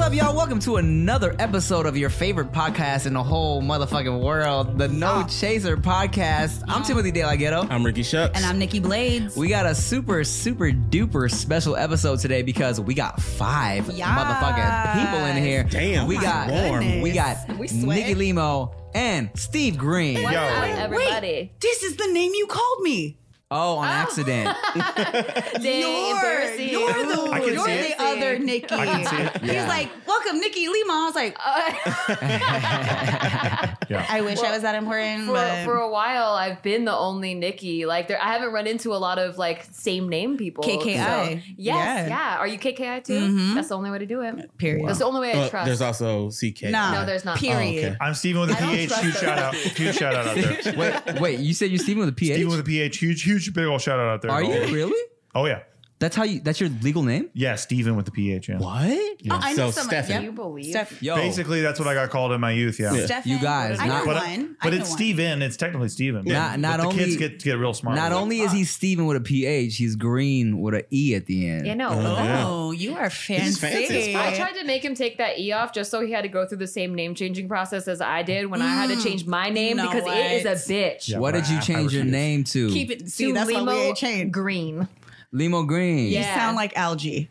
up, y'all? Welcome to another episode of your favorite podcast in the whole motherfucking world, the Ah. No Chaser podcast. I'm Timothy De La Ghetto. I'm Ricky Shucks. And I'm Nikki Blades. We got a super, super duper special episode today because we got five Yes. motherfucking people in here. Damn, we it's got warm. we got We sweat. Nikki Limo and Steve Green. What's Yo. up, Wait, everybody? This is the name you called Ah. me. Oh, on accident. Dang, embarrassing. you're the, I can you're see the it. other Nikki. I can see it. Yeah. He's like, welcome, Nikki Lima. I was like, I wish I was that important. for, but for a while, I've been the only Nikki. Like, there, I haven't run into a lot of like same name people. KKI. So, yes, Yeah. yeah. Are you KKI too? Mhm. That's the only way to do it. period. That's the only way I But trust. Oh, there's also CK. No, No, there's not. Period. Oh, okay. I'm Steven with a I don't PH. trust Huge those shout out. Huge shout out out there. wait, wait, you said you're Steven with a PH? Steven with a PH. Huge, huge, big old shout out out there. Are you really? Oh, yeah. That's how you that's your legal name? Yeah, Steven with the PH. Yeah. What? Oh, I know So, someone. Stefan. Do you believe? Steph- Yo. Basically, that's what I got called in my youth. Yeah. Yeah. Stefan. You guys, I know not- But, uh, one. I but know it's one. Steven. It's technically Steven. Not- not but The only- kids get, get real smart. Not only is he Steven with a PH, he's green with a E at the end. You know. Oh, you are fancy. He's fancy as I tried to make him take that E off just so he had to go through the same name changing process as I did when I had to Mm. change my name know because it what? is a bitch. Yeah. What did you I- I change your refuse. name to? Keep it. See, To that's why we Limo changed. Green. Limo Green. Yeah. You sound like algae.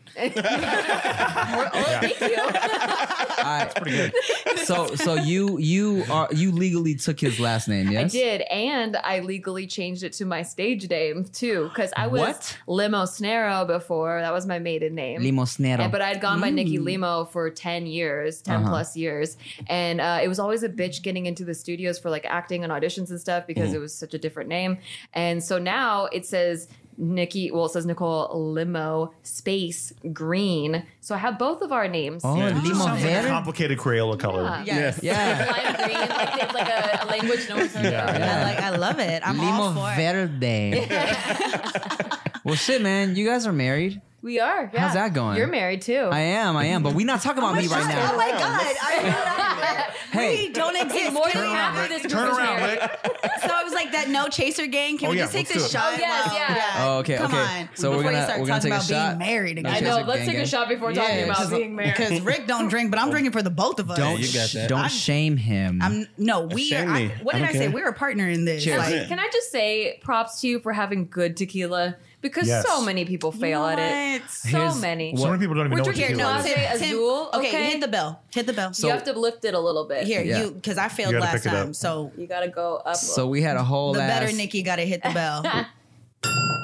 Or- oh, Thank you. All right. So so you you are you legally took his last name, I yes? did, and I legally changed it to my stage name too, because I was What? Limo Snero before. That was my maiden name. Limo Snero. And- but I'd gone by Nikki Limo for 10 years, 10 Mm. Uh-huh. plus years. And uh, it was always a bitch getting into the studios for like acting and auditions and stuff Mm. because it was such a different name. And so now it says Nikki, well, it says Nicole Limo space green. So I have both of our names. oh, Yeah. It Limo sounds like a Verde? complicated Crayola color. Yeah. Yes. Yeah. Lime green, like, it's like a, a language no one's heard of. I like. I love it. I'm all Limo for it. Verde. well shit, man, you guys are married. We are. Yeah. How's that going? You're married too. I am, I am, but we're not talking about me right Oh now. my god! I Hey, we don't exist. More than Can you- half of this group Turn is around, married. Rick. So I was like that no chaser gang. Can Oh, we yeah, just take let's this do it. shot? Oh, yes, Well, yeah. Oh, okay, Come okay. on. So we're before gonna- you start we're gonna talking take a about shot. being married No again. I chaser. know. Let's gang, take gang. a shot before talking Yeah, about just- being married. Because Rick don't drink, but I'm drinking for the both of us. Don't you got that. don't I'm- shame him. I'm no. We. Are, Shame I, me. what did I'm I say? okay. We're a partner in this. Cheers. Like, Can I just say props to you for having good tequila because Yes. so many people fail You know at it. what? So Here's many. what- So many people don't even We're know what drinking you no, Blase Tim, Tim, Azul, okay, okay? hit the bell. Hit the bell. you have to lift it a little bit. here, Yeah. you because I failed You gotta last pick it up. time. So You gotta go up. so we had a whole the ass, better Nikki got to hit the bell.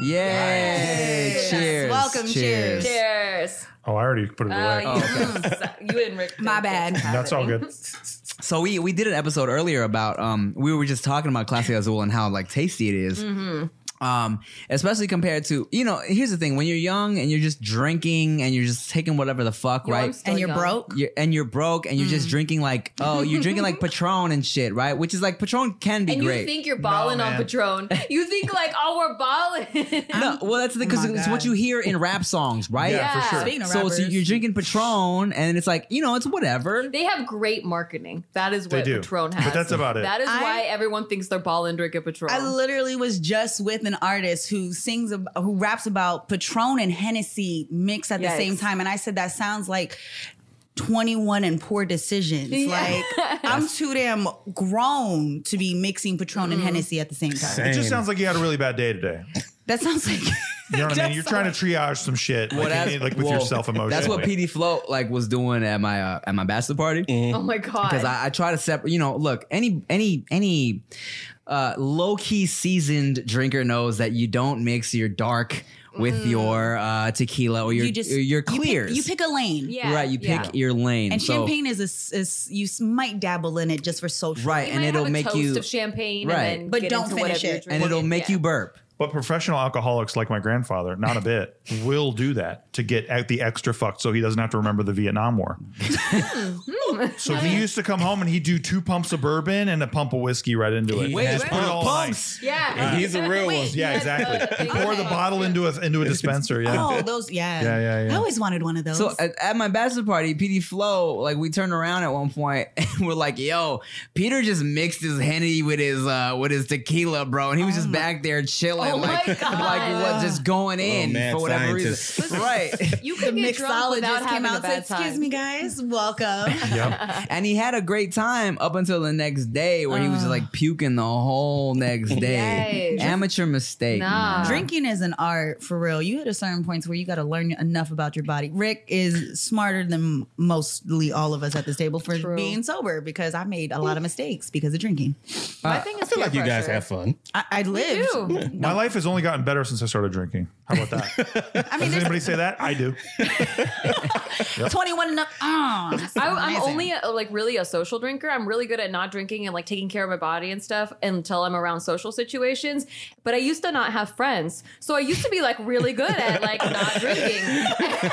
Yay! Yes. Cheers! Welcome, cheers. Cheers. Oh, I already put it Uh, away. you, you and Rick. My bad. Oh, That's all good. So we we did an episode earlier about um we were just talking about Clase Azul and how like tasty it is. Mm-hmm. Um, especially compared to you know, here's the thing: when you're young and you're just drinking and you're just taking whatever the fuck, Yo, I'm Mm-hmm. right? still And you're young. broke. You're, and you're broke and you're just drinking like oh, you're drinking like Patron and shit, right? Which is like Patron can be And great. you think you're balling on man. Patron. You think like, oh, we're balling. no, well that's the thing because my it's what God. you hear in rap songs, right? Oh Yeah, for Yeah. sure. Speaking of So it's, rappers, you're drinking Patron and it's like you know it's whatever. They have great marketing. That is They what do. Patron But has. that's about it. That is I- why everyone thinks they're balling drinking Patron. I literally was just with an artist who sings, ab- who raps about Patron and Hennessy mixed at the Yikes. same time, and I said that sounds like. 21 and poor decisions. Like, I'm too damn grown to be mixing Patron Mm. and Hennessy at the same time. Same. It just sounds like you had a really bad day today. That sounds like You know what I mean? You're trying to triage some shit, like, Well, you that's- need- like with well, your self emotion. That's what PD Float like was doing at my uh, at my bachelor party Mm-hmm. oh my god. because I, I try to separate. You know, look, any any any uh, low key seasoned drinker knows that you don't mix your dark with your uh, tequila or your Mm-hmm. you just or your you pick- clears. You pick, a lane, Yeah, right. You pick yeah. your lane. and So- champagne is a s- is you s- might dabble in it just for social, right, You and might it'll have a make toast you of champagne, Right. And then But get don't into finish whatever you're it. and drinking. it'll make Yeah. you burp. But professional alcoholics like my grandfather, not a bit, will do that to get at the extra fucked so he doesn't have to remember the Vietnam War. so he used to come home and he'd do two pumps of bourbon and a pump of whiskey right into it. He And has just put it all in ice. Yeah. He's a real one. He Yeah, has the exactly. thing He pour in the it. bottle into a into a dispenser. Yeah. Oh, those, yeah, Yeah, yeah, yeah. I always wanted one of those. So at, at my bachelor party, PD Flow, like we turned around at one point and we're like, Oh "Yo, Peter just mixed his henny with his uh with his tequila, bro," and he was just back there chilling. it. Oh like, my God. like what just going in mad for whatever scientist. reason. right. You The could get drunk without mixologist having came a out bad said, "Excuse time." me, guys, welcome." Yep. And he had a great time up until the next day where he was like Uh. puking the whole next day. Yikes. Amateur mistake. Nah. man. Drinking is an art for real. You hit a certain points where you got to learn enough about your body. Rick is smarter than mostly all of us at this table for True. being sober because I made a lot of mistakes because of drinking. My thing is I feel like peer you guys pressure. have fun. I, I lived. do. My life has only gotten better since I started drinking. How about that? I mean, Does there's anybody say that? I do. 21 and up. Ah, it's I, I'm amazing. only a, like really a social drinker. I'm really good at not drinking and like taking care of my body and stuff until I'm around social situations. But I used to not have friends, so I used to be like really good at like not drinking.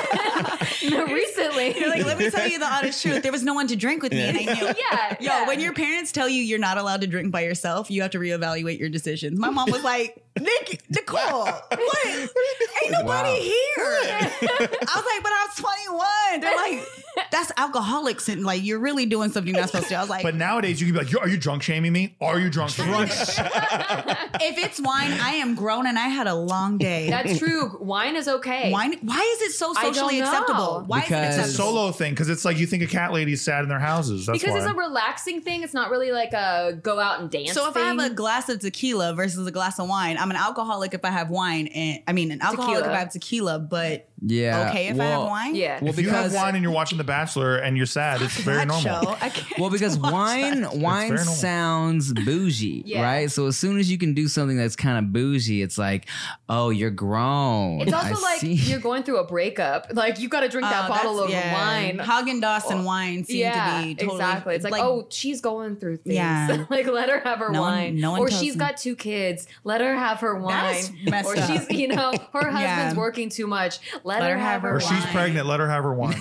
No, Recently, You're like, let me tell you the honest truth. There was no one to drink with me, and I knew. yeah, Yo, when your parents tell you you're not allowed to drink by yourself, you have to reevaluate your decisions. My mom was like, Nick, Nicole, what? Ain't nobody Wow. here. I was like, but I was 21. They're like, that's alcoholics, and like, you're really doing something you're not supposed to. I was like, But nowadays, you can be like, "Yo, "Are you drunk shaming me? Are you drunk?" Drunk. if it's wine, I am grown, and I had a long day. that's true. Wine is okay. Wine, why is it so I don't socially know. acceptable? Why Because- is it acceptable? Solo thing because it's like you think a cat lady sat in their houses. That's because why. it's a relaxing thing. It's not really like a go out and dance. So if I have a thing. glass of tequila versus a glass of wine, I'm an alcoholic if I have wine, and I mean an alcoholic Tequila. if I have tequila. But Yeah. okay if I well- have wine, yeah, Well, if you have because- wine and you're watching The Bachelor and you're sad, it's very that normal. show. I can't Well, because watch wine that. wine normal. sounds bougie, Yeah. right? So as soon as you can do something that's kind of bougie, it's like, oh, you're grown. it's also I like see. you're going through a breakup. Like you got to drink that Oh, bottle that's- of yeah. wine. Hagen Dazs and wine seem to be totally exactly. It's like, oh, she's going through things. Yeah. like let her have her No one- wine. no one or tells she's me. got two kids. Let her have her That's wine. messed or up. she's, you know, her husband's Yeah. working too much. Let, her, have her, Or wine. she's pregnant. Let her have her wine.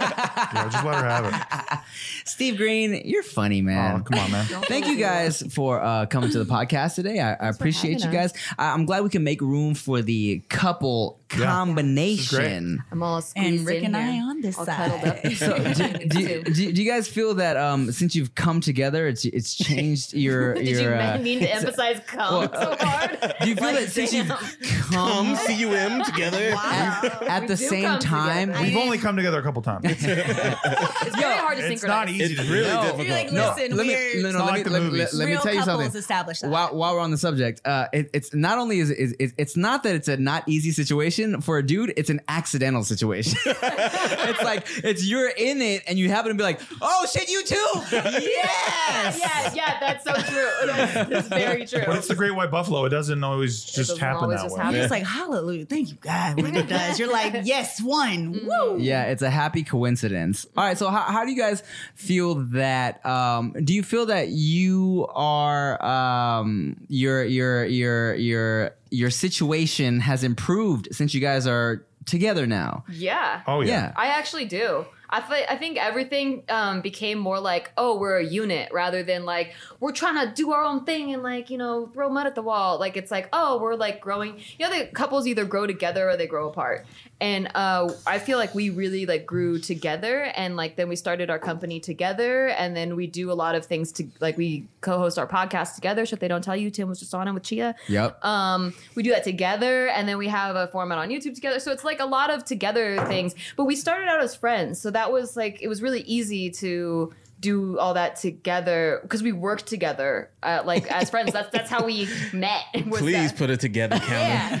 yeah, just let her have it. Steve Green, you're funny, man. Oh, come on, man. Thank you guys for uh, coming to the podcast today. I, I appreciate you having guys. I, I'm glad we can make room for the couple Yeah. combination. I'm all squeezed And Rick in and I here, on this all side. cuddled up. So, do, do, do, do you guys feel that um, since you've come together, it's it's changed your Did your? you uh, mean to emphasize cum so hard? do you feel Like, that since damn. you've come Um, C U M together. Wow. at Uh, We the do same come time, together. We've only come together a couple times. It's It's very hard to synchronize. not easy It's to do. really No. difficult. You're like, No, listen, let me, we're no, no, not let, like me, the let, movies. let- let me Real tell you couples something. establish that. While, while we're on the subject, uh, it, it's not only is, is, is it's not that it's a not easy situation for a dude, it's an accidental situation. it's like it's you're in it and you happen to be like, oh shit, you too. yes. Yeah, yeah, that's so true. That's, that's very true. But it's the Great White Buffalo. It doesn't always just doesn't happen always that just way. happen. I'm just like, hallelujah, thank you, God. When it does, you're like, yes, one, woo. Yeah, it's a happy coincidence. All right, so how, how do you guys feel that? Um, do you feel that you are um, your your your your your situation has improved since you guys are together now? yeah. Oh yeah. I actually do. I, thi- I think everything um, became more like, oh, we're a unit rather than like, we're trying to do our own thing and like, you know, throw mud at the wall. Like, it's like, oh, we're like growing. You know, the couples either grow together or they grow apart. And uh, I feel like we really like grew together. And like, then we started our company together. And then we do a lot of things to like, we co host our podcast together. So if they don't tell you, Tim was just on it with Chia. Yep. Um, we do that together, and then we have a format on YouTube together. So it's like a lot of together things. But we started out as friends, so that was like it was really easy to do all that together because we worked together, uh, like as friends. That's that's how we met. was Please that- put it together, Calvin.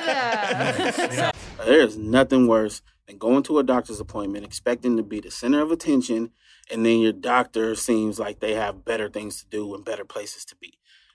yeah, together. There is nothing worse than going to a doctor's appointment expecting to be the center of attention, and then your doctor seems like they have better things to do and better places to be.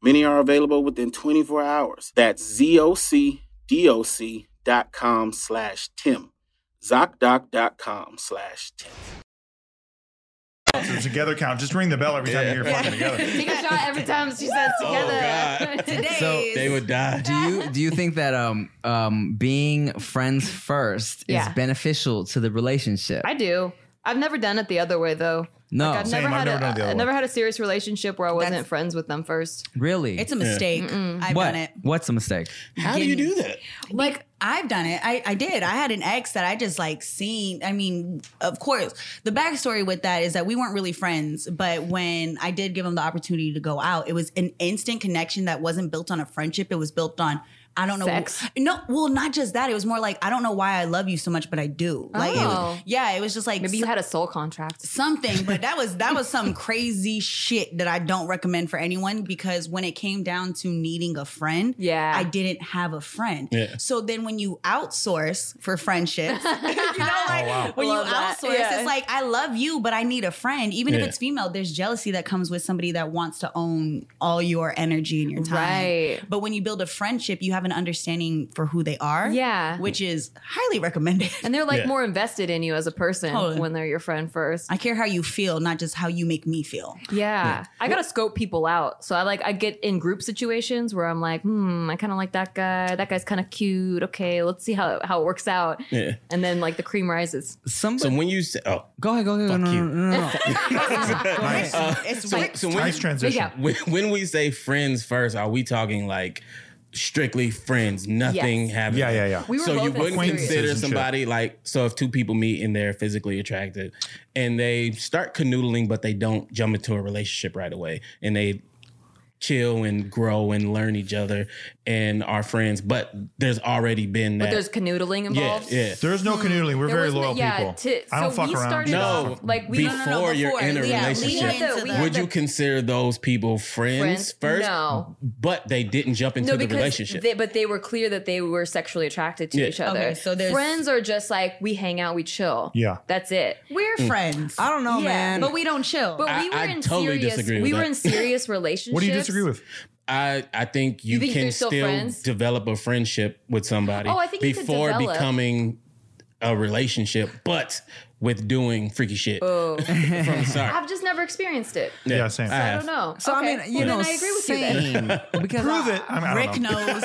Many are available within 24 hours. That's ZocDoc.com slash Tim. ZocDoc.com slash Tim. It's a together count. Just ring the bell every time you hear fucking together. Take a shot every time she says Oh, together. God. Today So- is- They would die. Do you do you think that um um being friends first Yeah. is beneficial to the relationship? I do. I've never done it the other way though. no, Like, I've Oh, Same, never I've had never done it the a, other I way. never had a serious relationship where I wasn't That's- friends with them first. really. It's a mistake. I've what? done it. What's a mistake? How do you do that? Like I've done it. I, I did. I had an ex that I just like seen. I mean, of course, the backstory with that is that we weren't really friends. But when I did give him the opportunity to go out, it was an instant connection that wasn't built on a friendship. It was built on I don't know. Sex? No, well, not just that. It was more like I don't know why I love you so much, but I do. Like, it was- Oh. yeah, it was just like Maybe you had a soul contract. something but that was that was some crazy shit that i don't recommend for anyone because when it came down to needing a friend Yeah. i didn't have a friend Yeah. so then when you outsource for friendships you know like Oh, Oh, wow. when you Love that. outsource Yeah. it's like i love you but i need a friend even Yeah. if it's female there's jealousy that comes with somebody that wants to own all your energy and your time Right. but when you build a friendship you have an understanding for who they are Yeah. which is highly recommended And they're like Yeah. more invested in you as a person Totally. when they're your friend first. i care how you feel not just how you make me feel Yeah. I gotta scope people out. So I like I get in group situations where I'm like, hmm, I kinda like that guy. That guy's kinda cute. Okay, let's see how, how it works out. Yeah. And then like the cream rises. Somebody So when you say, oh, go ahead, go ahead. No, Fuck no, you. no, no, no. nice, Uh, it's so, Rick's so when, Nice you- transition. Yeah. when, when we say friends first, are we talking like strictly friends, nothing Yes. having? Yeah, yeah, yeah. We were so you both wouldn't experienced. consider Citizenship. somebody like so if two people meet and they're physically attracted and they start canoodling but they don't jump into a relationship right away and they chill and grow and learn each other and are friends but there's already been that But there's canoodling yeah involved. yeah There's no canoodling. We're There very was no- loyal yeah, people. t- I don't so fuck we around. started I don't off- fuck no around. like, we- before, No, no, no, you're before. in a Yeah, relationship leading into that. would the- you consider those people friends, first No. but they didn't jump into No, the because relationship They, but they were clear that they were sexually attracted to Yeah. each other. Okay, so there's- friends are just like we hang out, we chill. Yeah. that's it. We're friends. I don't know, Yeah, man. Mm. But we don't chill. But I- we were I in totally serious. disagree we with were that. in serious relationships. What do you disagree with? I, I think you, You think can they're still still, friends? develop a friendship with somebody Oh, I think you could before develop. becoming a relationship, but with doing freaky shit Oh, from the start. I've just never experienced it. Yeah, same. I don't know. so Okay, I mean, you well, know, then I agree with you. Then. same. because Prove I- it. I, mean, I don't Rick know. knows.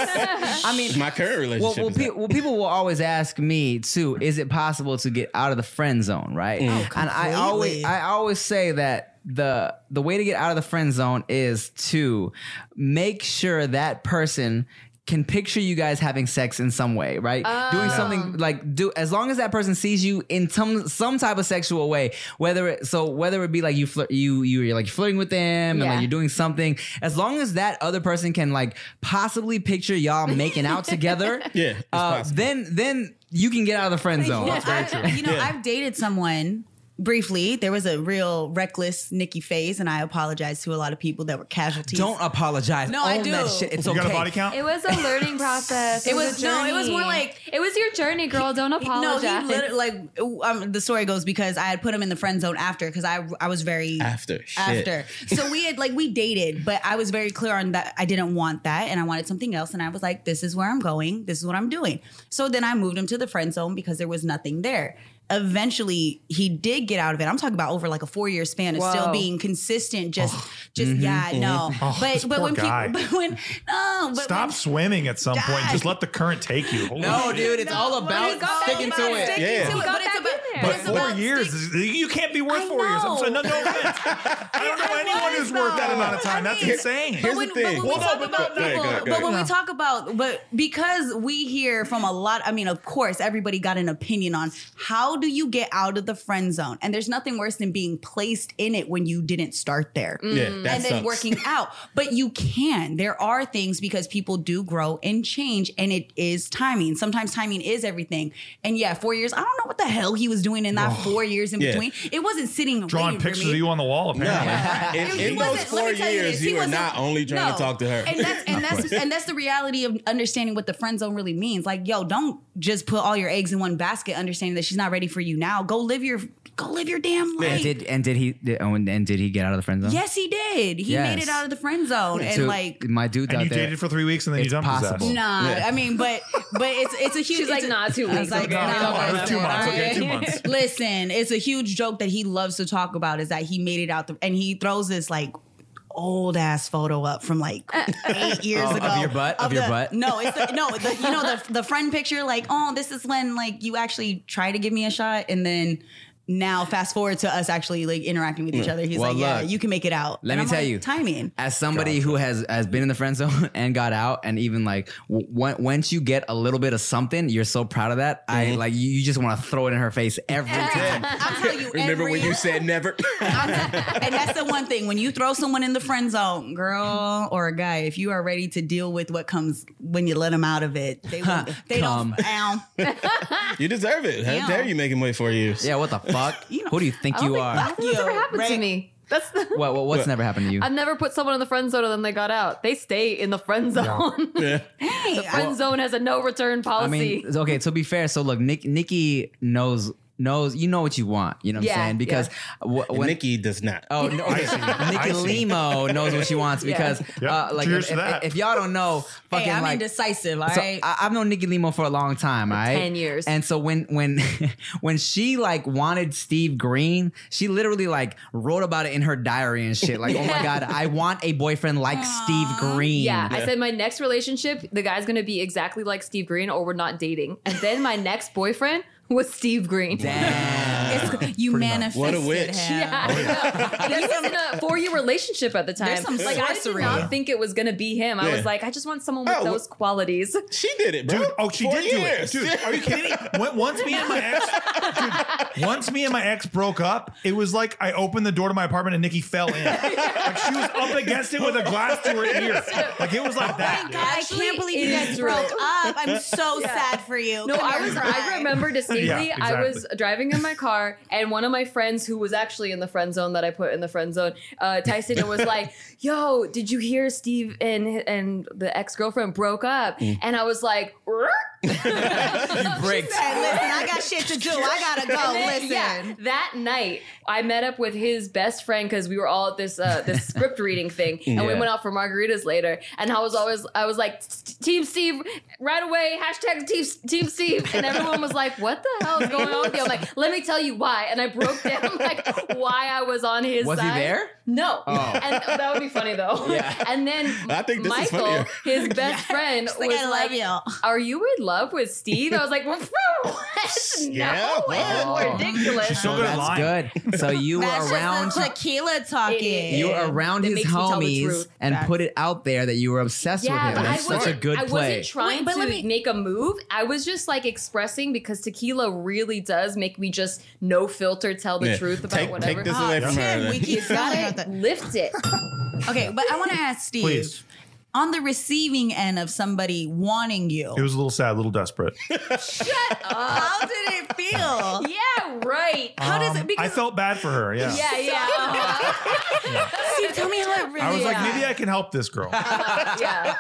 I mean, My current well, relationship well, is pe- that. well, people will always ask me too. Is it possible to get out of the friend zone, right? Mm. and I always, completely. I always say that the the way to get out of the friend zone is to make sure that person can picture you guys having sex in some way, right? Doing something like do as long as that person sees you in some some type of sexual way, whether it so whether it be like you flir- you you you're like flirting with them and Yeah. like you're doing something, as long as that other person can like possibly picture y'all making out together, Yeah, it's uh, possible. then then you can get out of the friend zone. Yeah, I- you know, Yeah. I've dated someone briefly. There was a real reckless Nikki phase, and I apologize to a lot of people that were casualties. Don't apologize. No, Own I do. that shit. It's You okay. got a body count? It was a learning process. It a was- no, it was journey. more like- it was your journey, girl. Don't No, apologize. he literally, like um, the story goes because I had put him in the friend zone after because I I was very after shit. after. So we had like we dated, but I was very clear on that I didn't want that and I wanted something else. And I was like, this is where I'm going, this is what I'm doing. So then I moved him to the friend zone because there was nothing there. Eventually he did get out of it. I'm talking about over like a four year span of Whoa. still being consistent, just Oh. just yeah, no. Mm-hmm. this but but poor when guy. people but when no but Stop when, swimming at some point. Die. Just let the current take you. Holy No, shit. Oh, dude, it's all but about he got sticking back to in it. there. Yeah. Sticking to it, Got but it's back about, in there. But it's four about years, is, you can't be worth I four years. I'm know. sorry, no, no offense. I don't know anyone who's worth that amount of time. That's I mean- insane. But Here's when, the but thing. when Well, we no, talk but- about go ahead, people, go ahead, go but when we ahead. talk about, but because we hear from a lot, I mean, of course, everybody got an opinion on how do you get out of the friend zone, and there's nothing worse than being placed in it when you didn't start there. Yeah, that Mm. and then sucks. working out. But you can. There are things because people do grow and change, and it is timing. Sometimes timing is everything. And yeah, four years. I don't know what the hell he was doing in that four years in Yeah. between. It wasn't sitting Oh, Drawing waiting for pictures me. of you on the wall, apparently. Nah. It- in, he in wasn't- those let me four tell you years, this, you, he were wasn't- not only trying to No. talk to her. And that's and that's and that's the reality of understanding what the friend zone really means. Like, yo, don't just put all your eggs in one basket. Understanding that she's not ready for you now. Go live your go live your damn life. And did and did he did, oh, and, and did he get out of the friend zone? Yes, he did. He made Yes. it out of the friend zone and To like. my dudes And out you there. dated for three weeks and then It's you dumped possible. his ass. Nah, I mean, but but it's it's a huge. She's like, it's a- nah, two I was weeks. like, Okay, nah, no, nah, no, nah, it was two nah, months. all Okay, right. two months. Listen, it's a huge joke that he loves to talk about is that he made it out the, and he throws this like old ass photo up from like eight years Of- of ago your butt? Of your the- butt? No, it's the, no, the, you know the the friend picture like oh this is when like you actually try to give me a shot and then. Now, fast forward to us actually like interacting with each other. He's Mm. Well, like, "Yeah, look, you can make it out." let And me I'm tell like, you. timing. as somebody who has has been in the friend zone and got out and even like w- on- once you get a little bit of something you're so proud of that Mm-hmm. i like you, you just want to throw it in her face every time I'm telling you. Remember every- when you said never? and that's the one thing when you throw someone in the friend zone, girl or a guy, if you are ready to deal with what comes when you let them out of it, they won't, they Come. don't. Ow. you deserve it. How Yeah. dare you make him wait four years? yeah what the fuck You know- who do you think I don't you think- I are don't think Oh that's Yo, ever happened to right. me. That's the, what, what, what's never happened to you I've never put someone in the friend zone and then they got out. They stay in the friend zone. Yeah. Hey, I- friend zone has a no return i policy. mean okay to be fair so look Nick, nikki knows knows you know what you want you know what Yeah, i'm saying because wh- And when Nikki does not. Uh, Oh, no, okay. Nikki see. Limo knows what she wants Yeah. because, Yeah. uh, like, Cheers if, to that. if- if y'all don't know, fucking hey, I'm like, indecisive. All right. So I, I've known Nikki Limo for a long time, all right? 10 years. And so when when when she like wanted Steve Green, she literally like wrote about it in her diary and shit. Like, oh my god, I want a boyfriend like Steve Green. Yeah, I said my next relationship, the guy's gonna be exactly like Steve Green, or we're not dating. And then my next boyfriend was Steve Green. Damn. It's- you manifested What a witch. him. Yeah, I know. And he was in a four-year relationship at the time. There's some like I did sorcery. not think it was gonna be him. I Yeah. was like, I just want someone with Oh, those qualities. She did it, bro. Dude, oh, she Four did years. do it. Dude, are you kidding me? When- Once me and my ex, dude, once me and my ex broke up, it was like I opened the door to my apartment and Nikki fell in. Like she was up against it with a glass to her ear. Like it was like that. God, I can't Actually, believe you it guys is broke real. up. I'm so sad for you. No, Come I here, was. cry. I remember distinctly. Yeah, I was exactly. driving in my car, and one of my friends who was actually in the friend zone that I put in the friend zone, uh, Tyson, was like, "Yo, did you hear Steve and and the ex girlfriend broke up?" And I was like, "Rrrt." Breaks. Hey, listen, I got shit to do. I gotta go. And then, Oh, Listen. yeah, that night I met up with his best friend because we were all at this uh, this script reading thing, and we Yeah. went out for margaritas later. And I was always I was like, "Team Steve, right away!" Hashtag Team Team Steve, and everyone was like, "What the hell is going on with you?" I'm like, "Let me tell you why." And I broke down like why I was on his Was he side. there? No, Oh. and that would be funny though. Yeah. And then I think this is Michael, funnier. his best friend, like, was "I love like, you." "Are you in love with Steve?" I was like, "What?" Yeah, no, it's wow. ridiculous. She's so Oh, good at that's lying. good. So you were That's around. just the tequila talking. Idiot. You were around It his makes me tell the homies truth. and Facts. put it out there that you were obsessed with him. but That's I such a wasn't- good I play. wasn't trying Wait, but to let me- make a move. I was just like expressing because tequila really does make me just no filter tell the Yeah. truth about take, whatever. Take this away from Tim, her. Oh, we keep You talking about gotta Ah, that. lift it. Okay, but I want to ask Steve. Please. On the receiving end of somebody wanting you, It was a little sad, a little desperate. how did it feel? yeah, right. How does Um, it? Because I felt bad for her. Yeah. yeah, yeah, uh-huh, Steve, tell me how it really. I was like, felt. maybe I can help this girl. Uh-huh. yeah.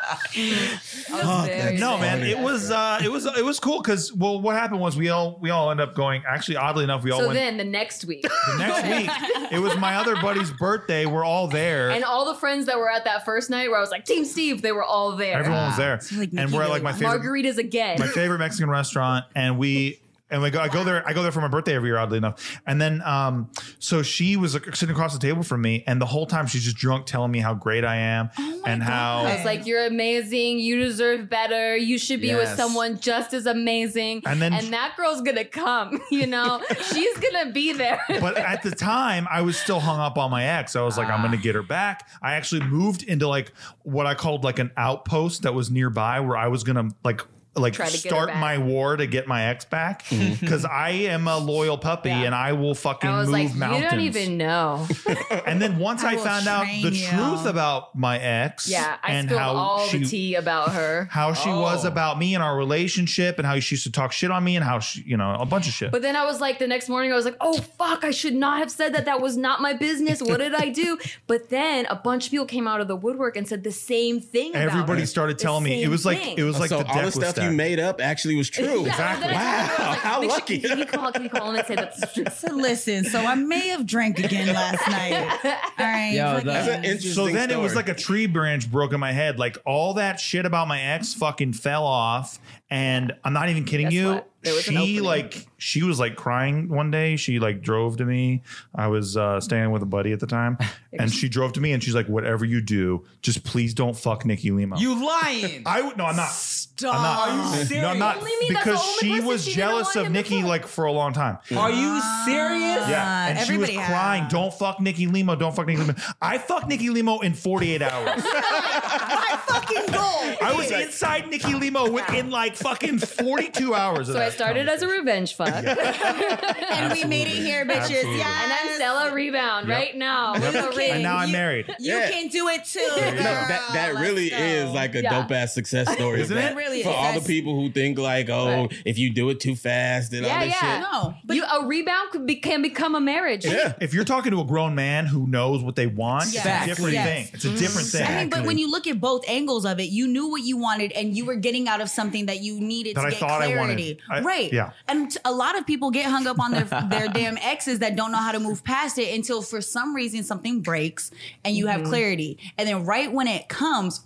Oh, Very no, sad. man, it was uh, it was it was cool because well, what happened was we all we all end up going. Actually, oddly enough, we all So went then the next week, the next week. It was my other buddy's birthday. We're all there. and all the friends that were at that first night where I was like, Team Steve, they were all there. Everyone was there, like, and Nikki we're at really like my wants- favorite Margaritas again. my favorite Mexican restaurant, and we and we go. I go there. I go there for my birthday every year, oddly enough. And then, um, so she was like, sitting across the table from me, and the whole time she's just drunk, telling me how great I am Oh and how. I was like, "You're amazing. You deserve better. You should be Yes. with someone just as amazing." And then- and that girl's gonna come. You know, she's gonna be there. But at the time, I was still hung up on my ex. I was like, I'm going to get her back. I actually moved into like what I called like an outpost that was nearby where I was going to like like Try to get her start back. my war to get my ex back Mm-hmm. because I am a loyal puppy Yeah. and I will fucking I was move like, mountains. you don't even know. And then once I, I will found out train the you. truth about my ex, Yeah, I and spilled how all she the tea about her. how she Oh. was about me and our relationship, and how she used to talk shit on me, and how she, you know, a bunch of shit. But then I was like, the next morning, I was like, oh, fuck, I should not have said that. That was not my business. What did I do? But then a bunch of people came out of the woodwork and said the same thing. about Everybody her. started The telling me it same was like thing. it was like so the all deck the was stuff you stacked. made up actually was true. Exactly. and then I told her, I was like, How "Make sure- lucky." Can you call, can you call in and say that's So listen, so I may have drank again last night. All right. Yo, that's fucking- That's an interesting. So then it was story. like a tree branch broke in my head. Like all that shit about my ex fucking fell off. And I'm not even kidding Guess you. what? There was an she opening. like she was like crying one day. She like drove to me. I was uh, staying with a buddy at the time, and she drove to me and she's like, "Whatever you do, just please don't fuck Nikki Limo." You lying. I would no, I'm not. Stop. I'm not. Are you serious? No, I'm not What do you mean? That's the because only she person was she didn't jealous want him of to Nikki fuck. like for a long time. Are you serious? Yeah, Uh, and she was everybody has. crying. Don't fuck Nikki Limo. Don't fuck Nikki Limo. I fucked Nikki Limo in 48 hours. my fucking goal. I was inside Nikki Limo within like fucking 42 hours. Of So I that started as a revenge fuck. And we made it here, bitches. Absolutely. Yeah. And I'm Stella Rebound right now. Yep. With a ring. And now I'm You- married. You Yeah. can do it too. No, that that girl. really Let's go. is like a Yeah. dope ass success story, Isn't bro. it? It really For is. all the That's- people who think like, oh, Right. if you do it too fast and all Yeah, this yeah. shit. No, but you, a rebound could be, can become a marriage. Yeah. If you're talking to a grown man who knows what they want, it's a Facts. different Yes. thing. It's a different thing. I mean, but when you look at both angles of it, you knew what you wanted, and you were getting out of something that you needed That to I get thought I wanted. clarity, I- right? yeah. And t- a lot of people get hung up on their their damn exes that don't know how to move past it until, for some reason, something breaks and you Mm-hmm. have clarity, and then right when it comes,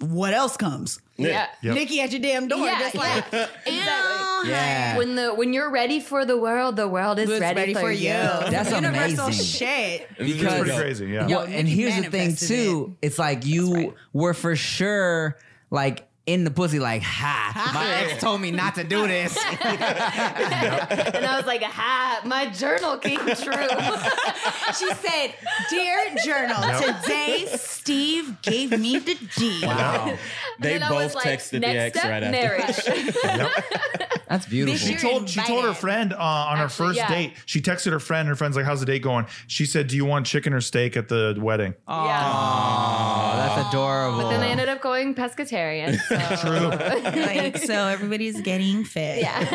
what else comes? Yeah. Yep. Nikki at your damn door, Yeah, just like, yeah. "Ow, honey." Yeah. When the when you're ready for the world, the world is It's ready, for, you. That's universal amazing. shit. it's Because pretty crazy. Yeah. Yo, Yo, and Nicki here's the thing manifested too. It's like you right. were for sure like in the pussy, like ha. My ex told me not to do this. and I was like, ha, my journal came true. She said, "Dear journal, today Steve gave me the D." wow, They And then I was both texted the ex right after. marriage. that's beautiful. she You're told she told her invited. friend uh, on her Actually, first yeah. date. She texted her friend. Her friend's like, "How's the date going?" She said, "Do you want chicken or steak at the wedding?" yeah. Oh, that's adorable. But then I ended up going pescatarian. So. True. like, so everybody's getting fit. yeah. yeah.